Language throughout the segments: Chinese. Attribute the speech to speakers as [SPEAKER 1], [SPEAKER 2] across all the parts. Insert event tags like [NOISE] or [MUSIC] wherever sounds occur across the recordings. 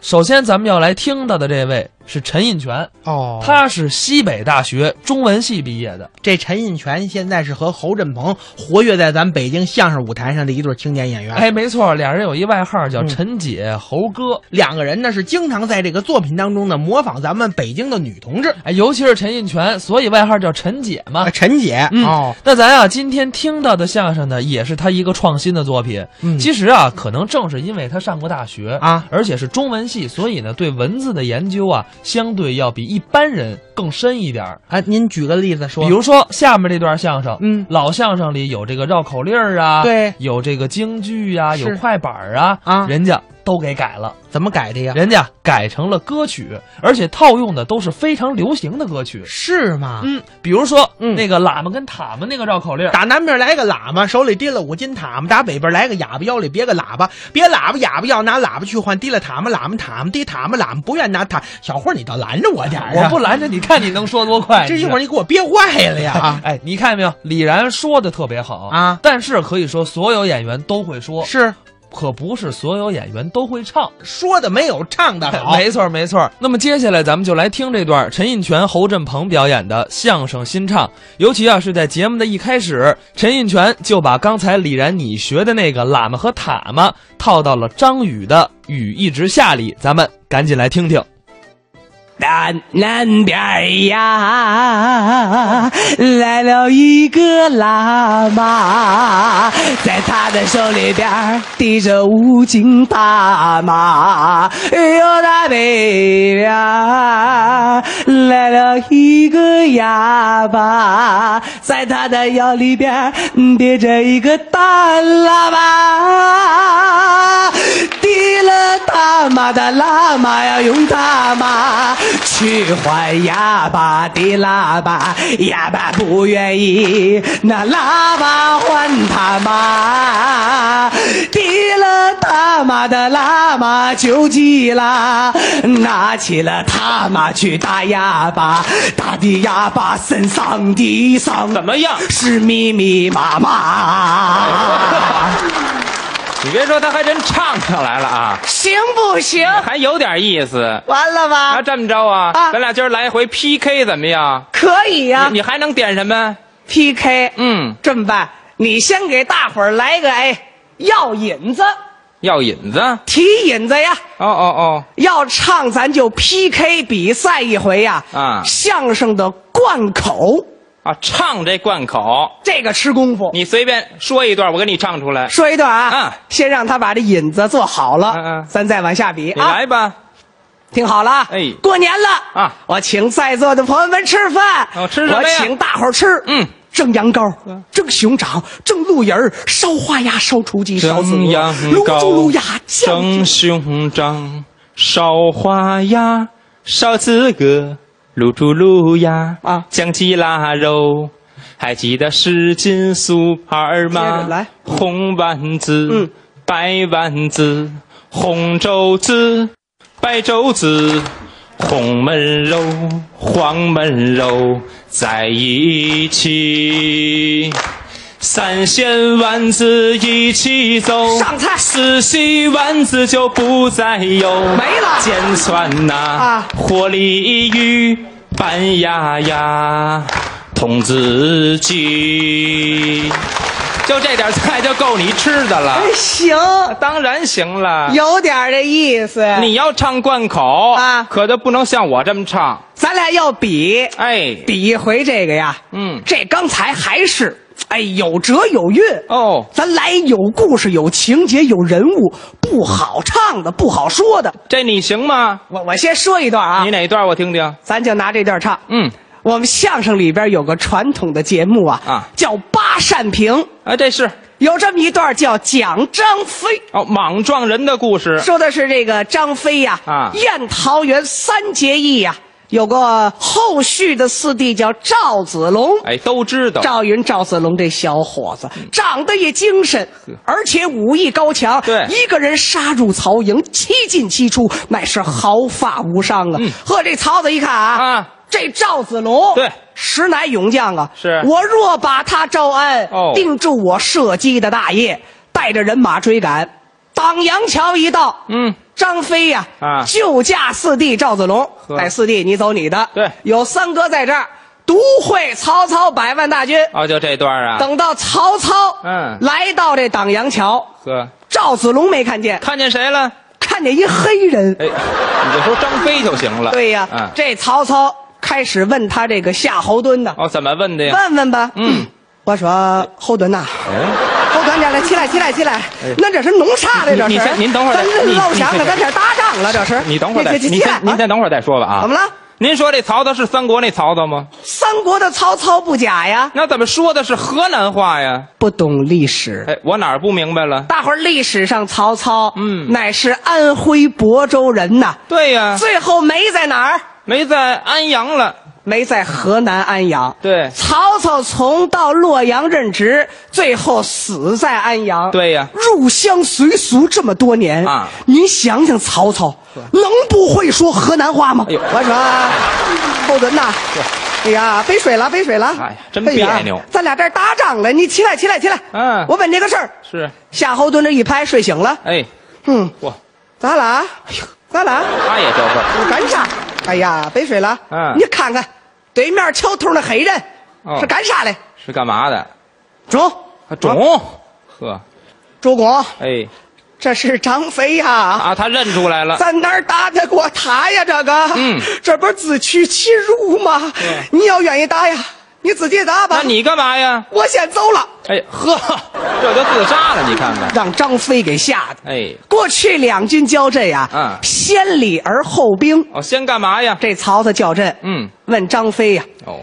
[SPEAKER 1] 首先，咱们要来听到的这位是陈印泉，
[SPEAKER 2] 哦，
[SPEAKER 1] 他是西北大学中文系毕业的。
[SPEAKER 2] 这陈印泉现在是和侯振鹏活跃在咱北京相声舞台上的一对青年演员。
[SPEAKER 1] 哎，没错，俩人有一外号叫
[SPEAKER 2] 嗯
[SPEAKER 1] 陈姐、侯哥。
[SPEAKER 2] 两个人呢是经常在这个作品当中呢模仿咱们北京的女同志，
[SPEAKER 1] 哎，尤其是陈印泉，所以外号叫陈姐嘛
[SPEAKER 2] 啊。陈姐。
[SPEAKER 1] 嗯
[SPEAKER 2] 哦，
[SPEAKER 1] 那咱啊，今天听到的相声呢，也是他一个创新的作品。
[SPEAKER 2] 嗯
[SPEAKER 1] 其实啊，可能正是因为他上过大学
[SPEAKER 2] 啊，
[SPEAKER 1] 而且是中文系，所以呢，对文字的研究啊，相对要比一般人更深一点儿。
[SPEAKER 2] 啊，您举个例子说，
[SPEAKER 1] 比如说下面这段相声，
[SPEAKER 2] 嗯，
[SPEAKER 1] 老相声里有这个绕口令儿啊，，
[SPEAKER 2] 对，
[SPEAKER 1] 有这个京剧啊，
[SPEAKER 2] 哎是
[SPEAKER 1] 有快板儿啊，
[SPEAKER 2] 啊
[SPEAKER 1] 人家都给改了，
[SPEAKER 2] 怎么改的呀？
[SPEAKER 1] 人家改成了歌曲，而且套用的都是非常流行的歌曲。
[SPEAKER 2] 是吗？
[SPEAKER 1] 嗯，比如说、
[SPEAKER 2] 嗯
[SPEAKER 1] 那个喇嘛跟塔嘛那个绕口令儿，
[SPEAKER 2] 打南边来个喇嘛，手里提了五斤塔嘛；打北边来个哑巴，腰里别个喇叭。别喇叭哑巴要拿喇叭去换，提了塔嘛喇嘛塔嘛提塔嘛喇嘛，不愿拿塔。小伙儿，你倒拦着我点儿啊！
[SPEAKER 1] 我不拦着，你看你能说多快？
[SPEAKER 2] 这一会
[SPEAKER 1] 儿
[SPEAKER 2] 儿你给我憋坏
[SPEAKER 1] [LAUGHS]
[SPEAKER 2] 了呀！
[SPEAKER 1] 哎，你看见没有？李然说的特别好
[SPEAKER 2] 啊
[SPEAKER 1] 但是可以说所有演员都会
[SPEAKER 3] 哦
[SPEAKER 1] 说，
[SPEAKER 2] 是
[SPEAKER 1] 可不是所有演员都会唱。
[SPEAKER 2] 说的没有唱的好，
[SPEAKER 1] 没错儿，没错儿。那么接下来咱们就来听这段陈印泉、侯振鹏表演的相声新唱，尤其啊是在节目的一开始，陈印泉就把刚才李然你学的那个喇嘛和塔嘛套到了张宇的《雨一直下》里，咱们赶紧来听听。
[SPEAKER 4] 南南边呀，来了一个喇嘛，在他的手里边儿提着五斤大麻。哎呦，那北边儿来了一个哑巴，在他的腰里边儿别着一个大喇叭。提了大马的喇嘛要用大马去换哑巴的喇叭，哑巴不愿意，那喇叭换他妈。提了大马的喇嘛就急了，拿起了他妈去打哑巴，打的哑巴身上的伤
[SPEAKER 1] 怎么样？
[SPEAKER 4] 是密密麻麻，
[SPEAKER 3] 你别说，他还真唱上来了啊，
[SPEAKER 4] [LAUGHS] 行不行？
[SPEAKER 3] 还有点意
[SPEAKER 2] 啊
[SPEAKER 3] 思。
[SPEAKER 4] 完了吧？
[SPEAKER 3] 那这么着啊，
[SPEAKER 4] 啊
[SPEAKER 3] 咱俩今儿来一回 PK 怎么样？
[SPEAKER 4] 可以
[SPEAKER 2] 啊
[SPEAKER 4] 呀、
[SPEAKER 3] 你你还能点什么？
[SPEAKER 4] PK，
[SPEAKER 3] 嗯，
[SPEAKER 4] 这么办，你先给大伙儿来个哎，要引子，
[SPEAKER 3] 要引子？哦
[SPEAKER 4] 提引子呀，
[SPEAKER 3] 哦
[SPEAKER 4] 要唱咱就 PK 比赛一回呀。
[SPEAKER 3] 啊
[SPEAKER 4] 相声的贯口，
[SPEAKER 3] 哦，啊，唱这贯口，
[SPEAKER 4] 这个吃功夫。
[SPEAKER 3] 你随便说一段，我给你唱出来。
[SPEAKER 4] 说一段啊
[SPEAKER 3] 啊，
[SPEAKER 4] 先让他把这引子做好了，
[SPEAKER 3] 嗯嗯
[SPEAKER 4] 咱再往下比
[SPEAKER 3] 你
[SPEAKER 4] 啊。
[SPEAKER 3] 来吧。
[SPEAKER 4] 听好了，
[SPEAKER 3] 哎
[SPEAKER 4] 过年了
[SPEAKER 3] 啊
[SPEAKER 4] 我请在座的朋友们吃饭。
[SPEAKER 3] 哦吃什么呀
[SPEAKER 4] 我请大伙儿吃，
[SPEAKER 3] 嗯，啊
[SPEAKER 4] 蒸羊羔，蒸熊掌，蒸鹿眼儿，烧花鸭，烧雏鸡，烧子
[SPEAKER 3] 蒸羊
[SPEAKER 4] 鹅，卤猪卤鸭，
[SPEAKER 3] 羔，
[SPEAKER 4] 酱
[SPEAKER 3] 蒸
[SPEAKER 4] 鸡
[SPEAKER 3] 熊掌，烧花鸭，烧子鹅，卤猪卤鸭
[SPEAKER 4] 啊
[SPEAKER 3] 酱鸡腊肉。还记得十斤素
[SPEAKER 4] 接
[SPEAKER 3] 盘吗？
[SPEAKER 4] 着来，
[SPEAKER 3] 红丸子，
[SPEAKER 4] 嗯
[SPEAKER 3] 白丸子，红肘子，白肘子，红焖肉，黄焖肉，在一起。三鲜丸子一起走，
[SPEAKER 4] 上菜
[SPEAKER 3] 四喜丸子就不再有，
[SPEAKER 4] 没了
[SPEAKER 3] 煎蒜呐、
[SPEAKER 4] 啊
[SPEAKER 3] 火鲤鱼，板鸭呀，童子鸡，就这点菜就够你吃的了，
[SPEAKER 4] 哎行，
[SPEAKER 3] 当然行了。
[SPEAKER 4] 有点儿这意思。
[SPEAKER 3] 你要唱贯口
[SPEAKER 4] 哎啊
[SPEAKER 3] 可就不能像我这么唱，
[SPEAKER 4] 咱俩要比
[SPEAKER 3] 哎，
[SPEAKER 4] 比一回这个呀，
[SPEAKER 3] 嗯，
[SPEAKER 4] 这刚才还是哎有辙有韵
[SPEAKER 3] 哦
[SPEAKER 4] 咱来有故事、有情节、有人物，不好唱的、不好说的。
[SPEAKER 3] 这你行吗？
[SPEAKER 4] 我我先说一段啊
[SPEAKER 3] 你，哪段我听听？
[SPEAKER 4] 咱就拿这段唱。
[SPEAKER 3] 嗯，
[SPEAKER 4] 我们相声里边有个传统的节目啊，
[SPEAKER 3] 啊
[SPEAKER 4] 叫八扇屏，
[SPEAKER 3] 哎，这是
[SPEAKER 4] 有这么一段叫讲张飞，
[SPEAKER 3] 哦，莽撞人的故事。
[SPEAKER 4] 说的是这个张飞呀、
[SPEAKER 3] 啊
[SPEAKER 4] 宴桃园三结义呀、有个后续的四弟叫赵子龙。
[SPEAKER 3] 哎，都知道。
[SPEAKER 4] 赵云、赵子龙这小伙子
[SPEAKER 3] 嗯
[SPEAKER 4] 长得也精神，而且武艺高强。
[SPEAKER 3] 对
[SPEAKER 4] 一个人杀入曹营，七进七出，那是毫发无伤啊！呵，这曹子一看啊，
[SPEAKER 3] 嗯啊
[SPEAKER 4] 这赵子龙，
[SPEAKER 3] 对
[SPEAKER 4] 实乃勇将啊！
[SPEAKER 3] 是
[SPEAKER 4] 我若把他招安，
[SPEAKER 3] 哦
[SPEAKER 4] 定住我射击的大业，带着人马追赶，党阳桥一到，
[SPEAKER 3] 嗯，
[SPEAKER 4] 张飞呀、
[SPEAKER 3] 啊
[SPEAKER 4] 救驾四弟赵子龙，
[SPEAKER 3] 呵
[SPEAKER 4] 哎，四弟你走你的，
[SPEAKER 3] 对
[SPEAKER 4] 有三哥在这儿独会曹操百万大军。
[SPEAKER 3] 哦，就这段啊，
[SPEAKER 4] 等到曹操
[SPEAKER 3] 嗯
[SPEAKER 4] 来到这党阳桥，
[SPEAKER 3] 哥
[SPEAKER 4] 赵子龙没看见，
[SPEAKER 3] 看见谁了？
[SPEAKER 4] 看见一黑人。
[SPEAKER 3] 哎，你就说张飞就行了。
[SPEAKER 4] 对呀、
[SPEAKER 3] 嗯，
[SPEAKER 4] 这曹操开始问他这个夏侯惇呢，
[SPEAKER 3] 哦，怎么问的呀？
[SPEAKER 4] 问问吧。
[SPEAKER 3] 嗯，
[SPEAKER 4] 我说侯惇呐，
[SPEAKER 3] 哎，
[SPEAKER 4] 侯惇家来，起来起来起来，那这是弄啥呢？这
[SPEAKER 3] 你你
[SPEAKER 4] 是？
[SPEAKER 3] 先您等会儿
[SPEAKER 4] 咱
[SPEAKER 3] 再
[SPEAKER 4] 这
[SPEAKER 3] 你
[SPEAKER 4] 老想
[SPEAKER 3] 你
[SPEAKER 4] 的，咱这打仗了，这是？
[SPEAKER 3] 你等会儿再，
[SPEAKER 4] 起
[SPEAKER 3] 您
[SPEAKER 4] 起来
[SPEAKER 3] 先您
[SPEAKER 4] 啊
[SPEAKER 3] 先等会儿再说吧啊。
[SPEAKER 4] 怎么？了？
[SPEAKER 3] 您说这曹操是三国那曹操吗？
[SPEAKER 4] 三国的曹操不假呀，
[SPEAKER 3] 那怎么说的是河南话呀？
[SPEAKER 4] 不懂历史。
[SPEAKER 3] 哎，我哪儿不明白了？
[SPEAKER 4] 大伙儿历史上曹操，
[SPEAKER 3] 嗯
[SPEAKER 4] 乃是安徽亳州人呐。
[SPEAKER 3] 对呀，
[SPEAKER 4] 最后没在哪儿？
[SPEAKER 3] 没在安阳了。
[SPEAKER 4] 没在河南安阳。
[SPEAKER 3] 对
[SPEAKER 4] 曹操从到洛阳任职，最后死在安阳。
[SPEAKER 3] 对呀
[SPEAKER 4] 入乡随俗这么多年
[SPEAKER 3] 啊
[SPEAKER 4] 您想想曹操能不会说河南话吗？
[SPEAKER 3] 哎呦
[SPEAKER 4] 我说啊侯惇呐，哎呀，杯水了，杯水了。
[SPEAKER 3] 哎呀真
[SPEAKER 4] 哎呀
[SPEAKER 3] 别扭
[SPEAKER 4] 咱俩这儿打仗了，你起来，起来，起来。
[SPEAKER 3] 嗯
[SPEAKER 4] 我问这个事儿。
[SPEAKER 3] 是，
[SPEAKER 4] 夏侯惇这一拍睡醒了，
[SPEAKER 3] 哎，
[SPEAKER 4] 嗯，
[SPEAKER 3] 我
[SPEAKER 4] 咱俩，咱俩。
[SPEAKER 3] 他也这味儿。
[SPEAKER 4] 干啥？哎呀，北水了。
[SPEAKER 3] 嗯
[SPEAKER 4] 你看看，对面桥头那黑人、
[SPEAKER 3] 哦
[SPEAKER 4] 是干啥嘞？
[SPEAKER 3] 是干嘛的？
[SPEAKER 4] 中
[SPEAKER 3] 啊，肿。呵，
[SPEAKER 4] 主公，
[SPEAKER 3] 哎，
[SPEAKER 4] 这是张飞呀、
[SPEAKER 3] 啊，他认出来了。
[SPEAKER 4] 咱哪儿打得过他呀？这个，
[SPEAKER 3] 嗯，
[SPEAKER 4] 这不是自取其辱吗？你要愿意打呀，你自己打吧。
[SPEAKER 3] 那你干嘛呀？
[SPEAKER 4] 我先走了，
[SPEAKER 3] 哎，呵，这就自杀了，你看看。
[SPEAKER 4] 让张飞给吓的。
[SPEAKER 3] 哎，
[SPEAKER 4] 过去两军交阵呀、
[SPEAKER 3] 嗯
[SPEAKER 4] 先礼而后兵。
[SPEAKER 3] 哦，先干嘛呀？
[SPEAKER 4] 这曹操叫阵，
[SPEAKER 3] 嗯，
[SPEAKER 4] 问张飞呀、
[SPEAKER 3] 哦，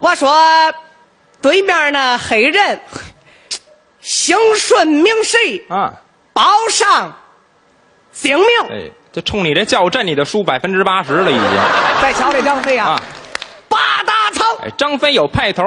[SPEAKER 4] 我说，对面那黑人，姓顺名谁？
[SPEAKER 3] 啊，
[SPEAKER 4] 保上警命。
[SPEAKER 3] 哎，就冲你这叫阵，你就输百分之八十了已经
[SPEAKER 4] 再瞧这张飞啊，
[SPEAKER 3] 啊。
[SPEAKER 4] 八大仓，
[SPEAKER 3] 哎，张飞有派头。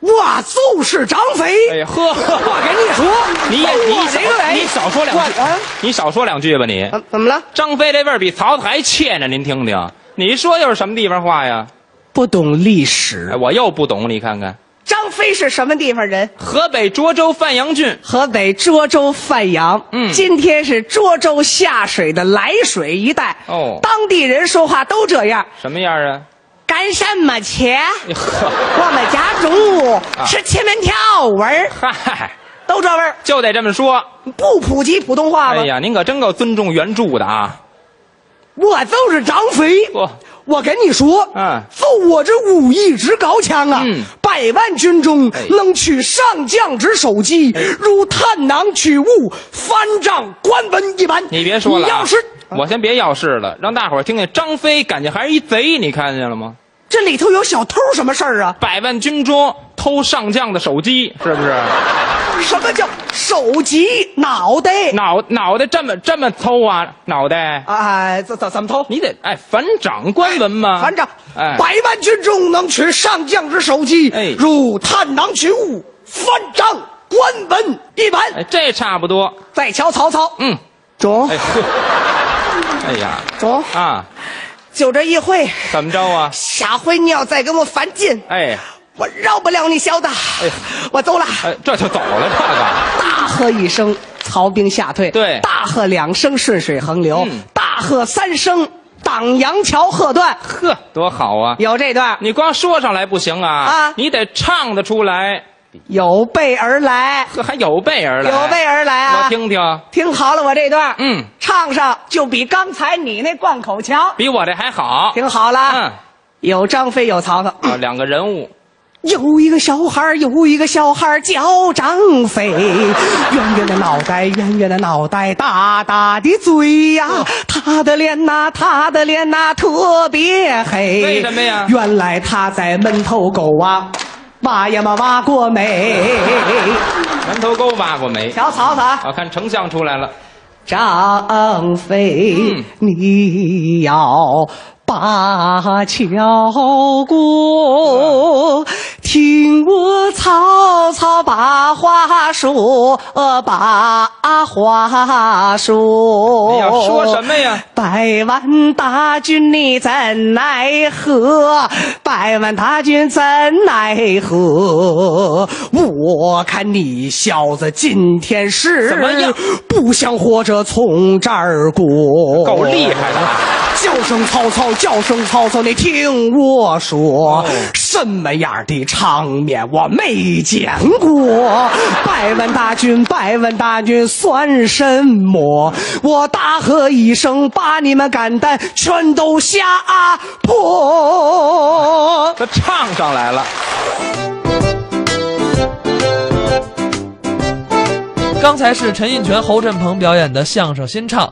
[SPEAKER 4] 我就是张飞。
[SPEAKER 3] 哎呀，呵，
[SPEAKER 4] 我跟你说，
[SPEAKER 3] 你也
[SPEAKER 4] 我
[SPEAKER 3] 你
[SPEAKER 4] 这个
[SPEAKER 3] 少
[SPEAKER 4] 人
[SPEAKER 3] 你少说两句
[SPEAKER 4] 啊我啊，
[SPEAKER 3] 你少说两句吧你。
[SPEAKER 4] 怎怎么了？
[SPEAKER 3] 张飞这味儿比曹操还怯呢，您听听，你说又是什么地方话呀？
[SPEAKER 4] 不懂历
[SPEAKER 3] 哎，
[SPEAKER 4] 史。
[SPEAKER 3] 我又不懂，你看看，
[SPEAKER 4] 张飞是什么地方人？
[SPEAKER 3] 河北涿州范阳郡，
[SPEAKER 4] 河北涿州范阳，
[SPEAKER 3] 嗯
[SPEAKER 4] 今天是涿州下水的涞水一带。
[SPEAKER 3] 哦
[SPEAKER 4] 当地人说话都这样，
[SPEAKER 3] 什么样啊？
[SPEAKER 4] 干什么去？
[SPEAKER 3] 哎呵，
[SPEAKER 4] 我们家中午
[SPEAKER 3] 啊
[SPEAKER 4] 吃切面条味儿，
[SPEAKER 3] [LAUGHS] 嗨，
[SPEAKER 4] 都这味儿，
[SPEAKER 3] 就得这么说。
[SPEAKER 4] 不普及普通话吗？
[SPEAKER 3] 哎呀，您可真够尊重原著的啊！
[SPEAKER 4] 我就是张飞，
[SPEAKER 3] 不，
[SPEAKER 4] 我跟你说，
[SPEAKER 3] 嗯
[SPEAKER 4] 就我这武艺之高强啊，
[SPEAKER 3] 嗯
[SPEAKER 4] 百万军中
[SPEAKER 3] 哎
[SPEAKER 4] 能取上将之首级，如探囊取物，翻掌观文一般。
[SPEAKER 3] 你别说了
[SPEAKER 4] 你
[SPEAKER 3] 啊、
[SPEAKER 4] 要是
[SPEAKER 3] 我先别要是了，让大伙儿听见张飞感觉还是一贼，你看见了吗？
[SPEAKER 4] 这里头有小偷什么事儿啊？
[SPEAKER 3] 百万军中偷上将的手机，是 [LAUGHS] 不是？
[SPEAKER 4] 什么叫首级脑袋？
[SPEAKER 3] 脑脑袋这么这么偷啊？脑袋，
[SPEAKER 4] 哎，怎怎怎么偷？
[SPEAKER 3] 你得哎反掌观文嘛？
[SPEAKER 4] 反正，
[SPEAKER 3] 哎，
[SPEAKER 4] 百万军中能取上将之首级，
[SPEAKER 3] 哎
[SPEAKER 4] 如探囊取物，翻掌观文一般。
[SPEAKER 3] 哎这差不多，
[SPEAKER 4] 再瞧曹操，
[SPEAKER 3] 嗯，
[SPEAKER 4] 中
[SPEAKER 3] 哎， [LAUGHS] 呵哎呀，
[SPEAKER 4] 中，
[SPEAKER 3] 啊，
[SPEAKER 4] 就这一回，
[SPEAKER 3] 怎么着啊？
[SPEAKER 4] 下回你要再跟我犯贱，
[SPEAKER 3] 哎，
[SPEAKER 4] 我饶不了你小子。我走了。
[SPEAKER 3] 哎，这就走了，这个
[SPEAKER 4] 大喝一声，曹兵吓退。
[SPEAKER 3] 对
[SPEAKER 4] 大喝两声，顺水横流。
[SPEAKER 3] 嗯
[SPEAKER 4] 大喝三声，挡阳桥喝断。
[SPEAKER 3] 呵，多好啊！
[SPEAKER 4] 有这段，
[SPEAKER 3] 你光说上来不行啊，
[SPEAKER 4] 啊
[SPEAKER 3] 你得唱得出来，
[SPEAKER 4] 有备而来，
[SPEAKER 3] 呵，还有备而来，
[SPEAKER 4] 有备而来啊！
[SPEAKER 3] 我听听，
[SPEAKER 4] 听好了，我这段，
[SPEAKER 3] 嗯，
[SPEAKER 4] 唱上就比刚才你那贯口强，
[SPEAKER 3] 比我这还好。
[SPEAKER 4] 听好了，
[SPEAKER 3] 嗯，
[SPEAKER 4] 有张飞，有曹操。
[SPEAKER 3] 啊，两个人物，
[SPEAKER 4] 有一个小孩儿，有一个小孩儿叫张飞，圆圆的脑袋，圆圆的脑袋，大大的嘴呀、他的脸呐、他的脸呐、特别黑。
[SPEAKER 3] 为什么呀
[SPEAKER 4] 原来他在门头沟啊，挖呀嘛挖过煤。
[SPEAKER 3] 门头沟挖过煤。
[SPEAKER 4] 瞧曹操啊，
[SPEAKER 3] 啊，看丞相出来了，
[SPEAKER 4] 张飞，
[SPEAKER 3] 嗯
[SPEAKER 4] 你要灞桥过，听我曹操把话说，呃把话说。
[SPEAKER 3] 哎呀说什么呀？
[SPEAKER 4] 百万大军你怎奈何？百万大军怎奈何？我看你小子今天是
[SPEAKER 3] 怎么样？
[SPEAKER 4] 不想活着从这儿过？
[SPEAKER 3] 够厉害的
[SPEAKER 4] 哦
[SPEAKER 3] 啊！
[SPEAKER 4] 叫声曹操，叫声曹操，你听我说，什么样的场面我没见过？百万大军，百万大军算什么？我大喝一声，把你们敢担全都吓破！
[SPEAKER 3] 他唱上来了，
[SPEAKER 1] 刚才是陈印泉、侯振鹏表演的相声新唱，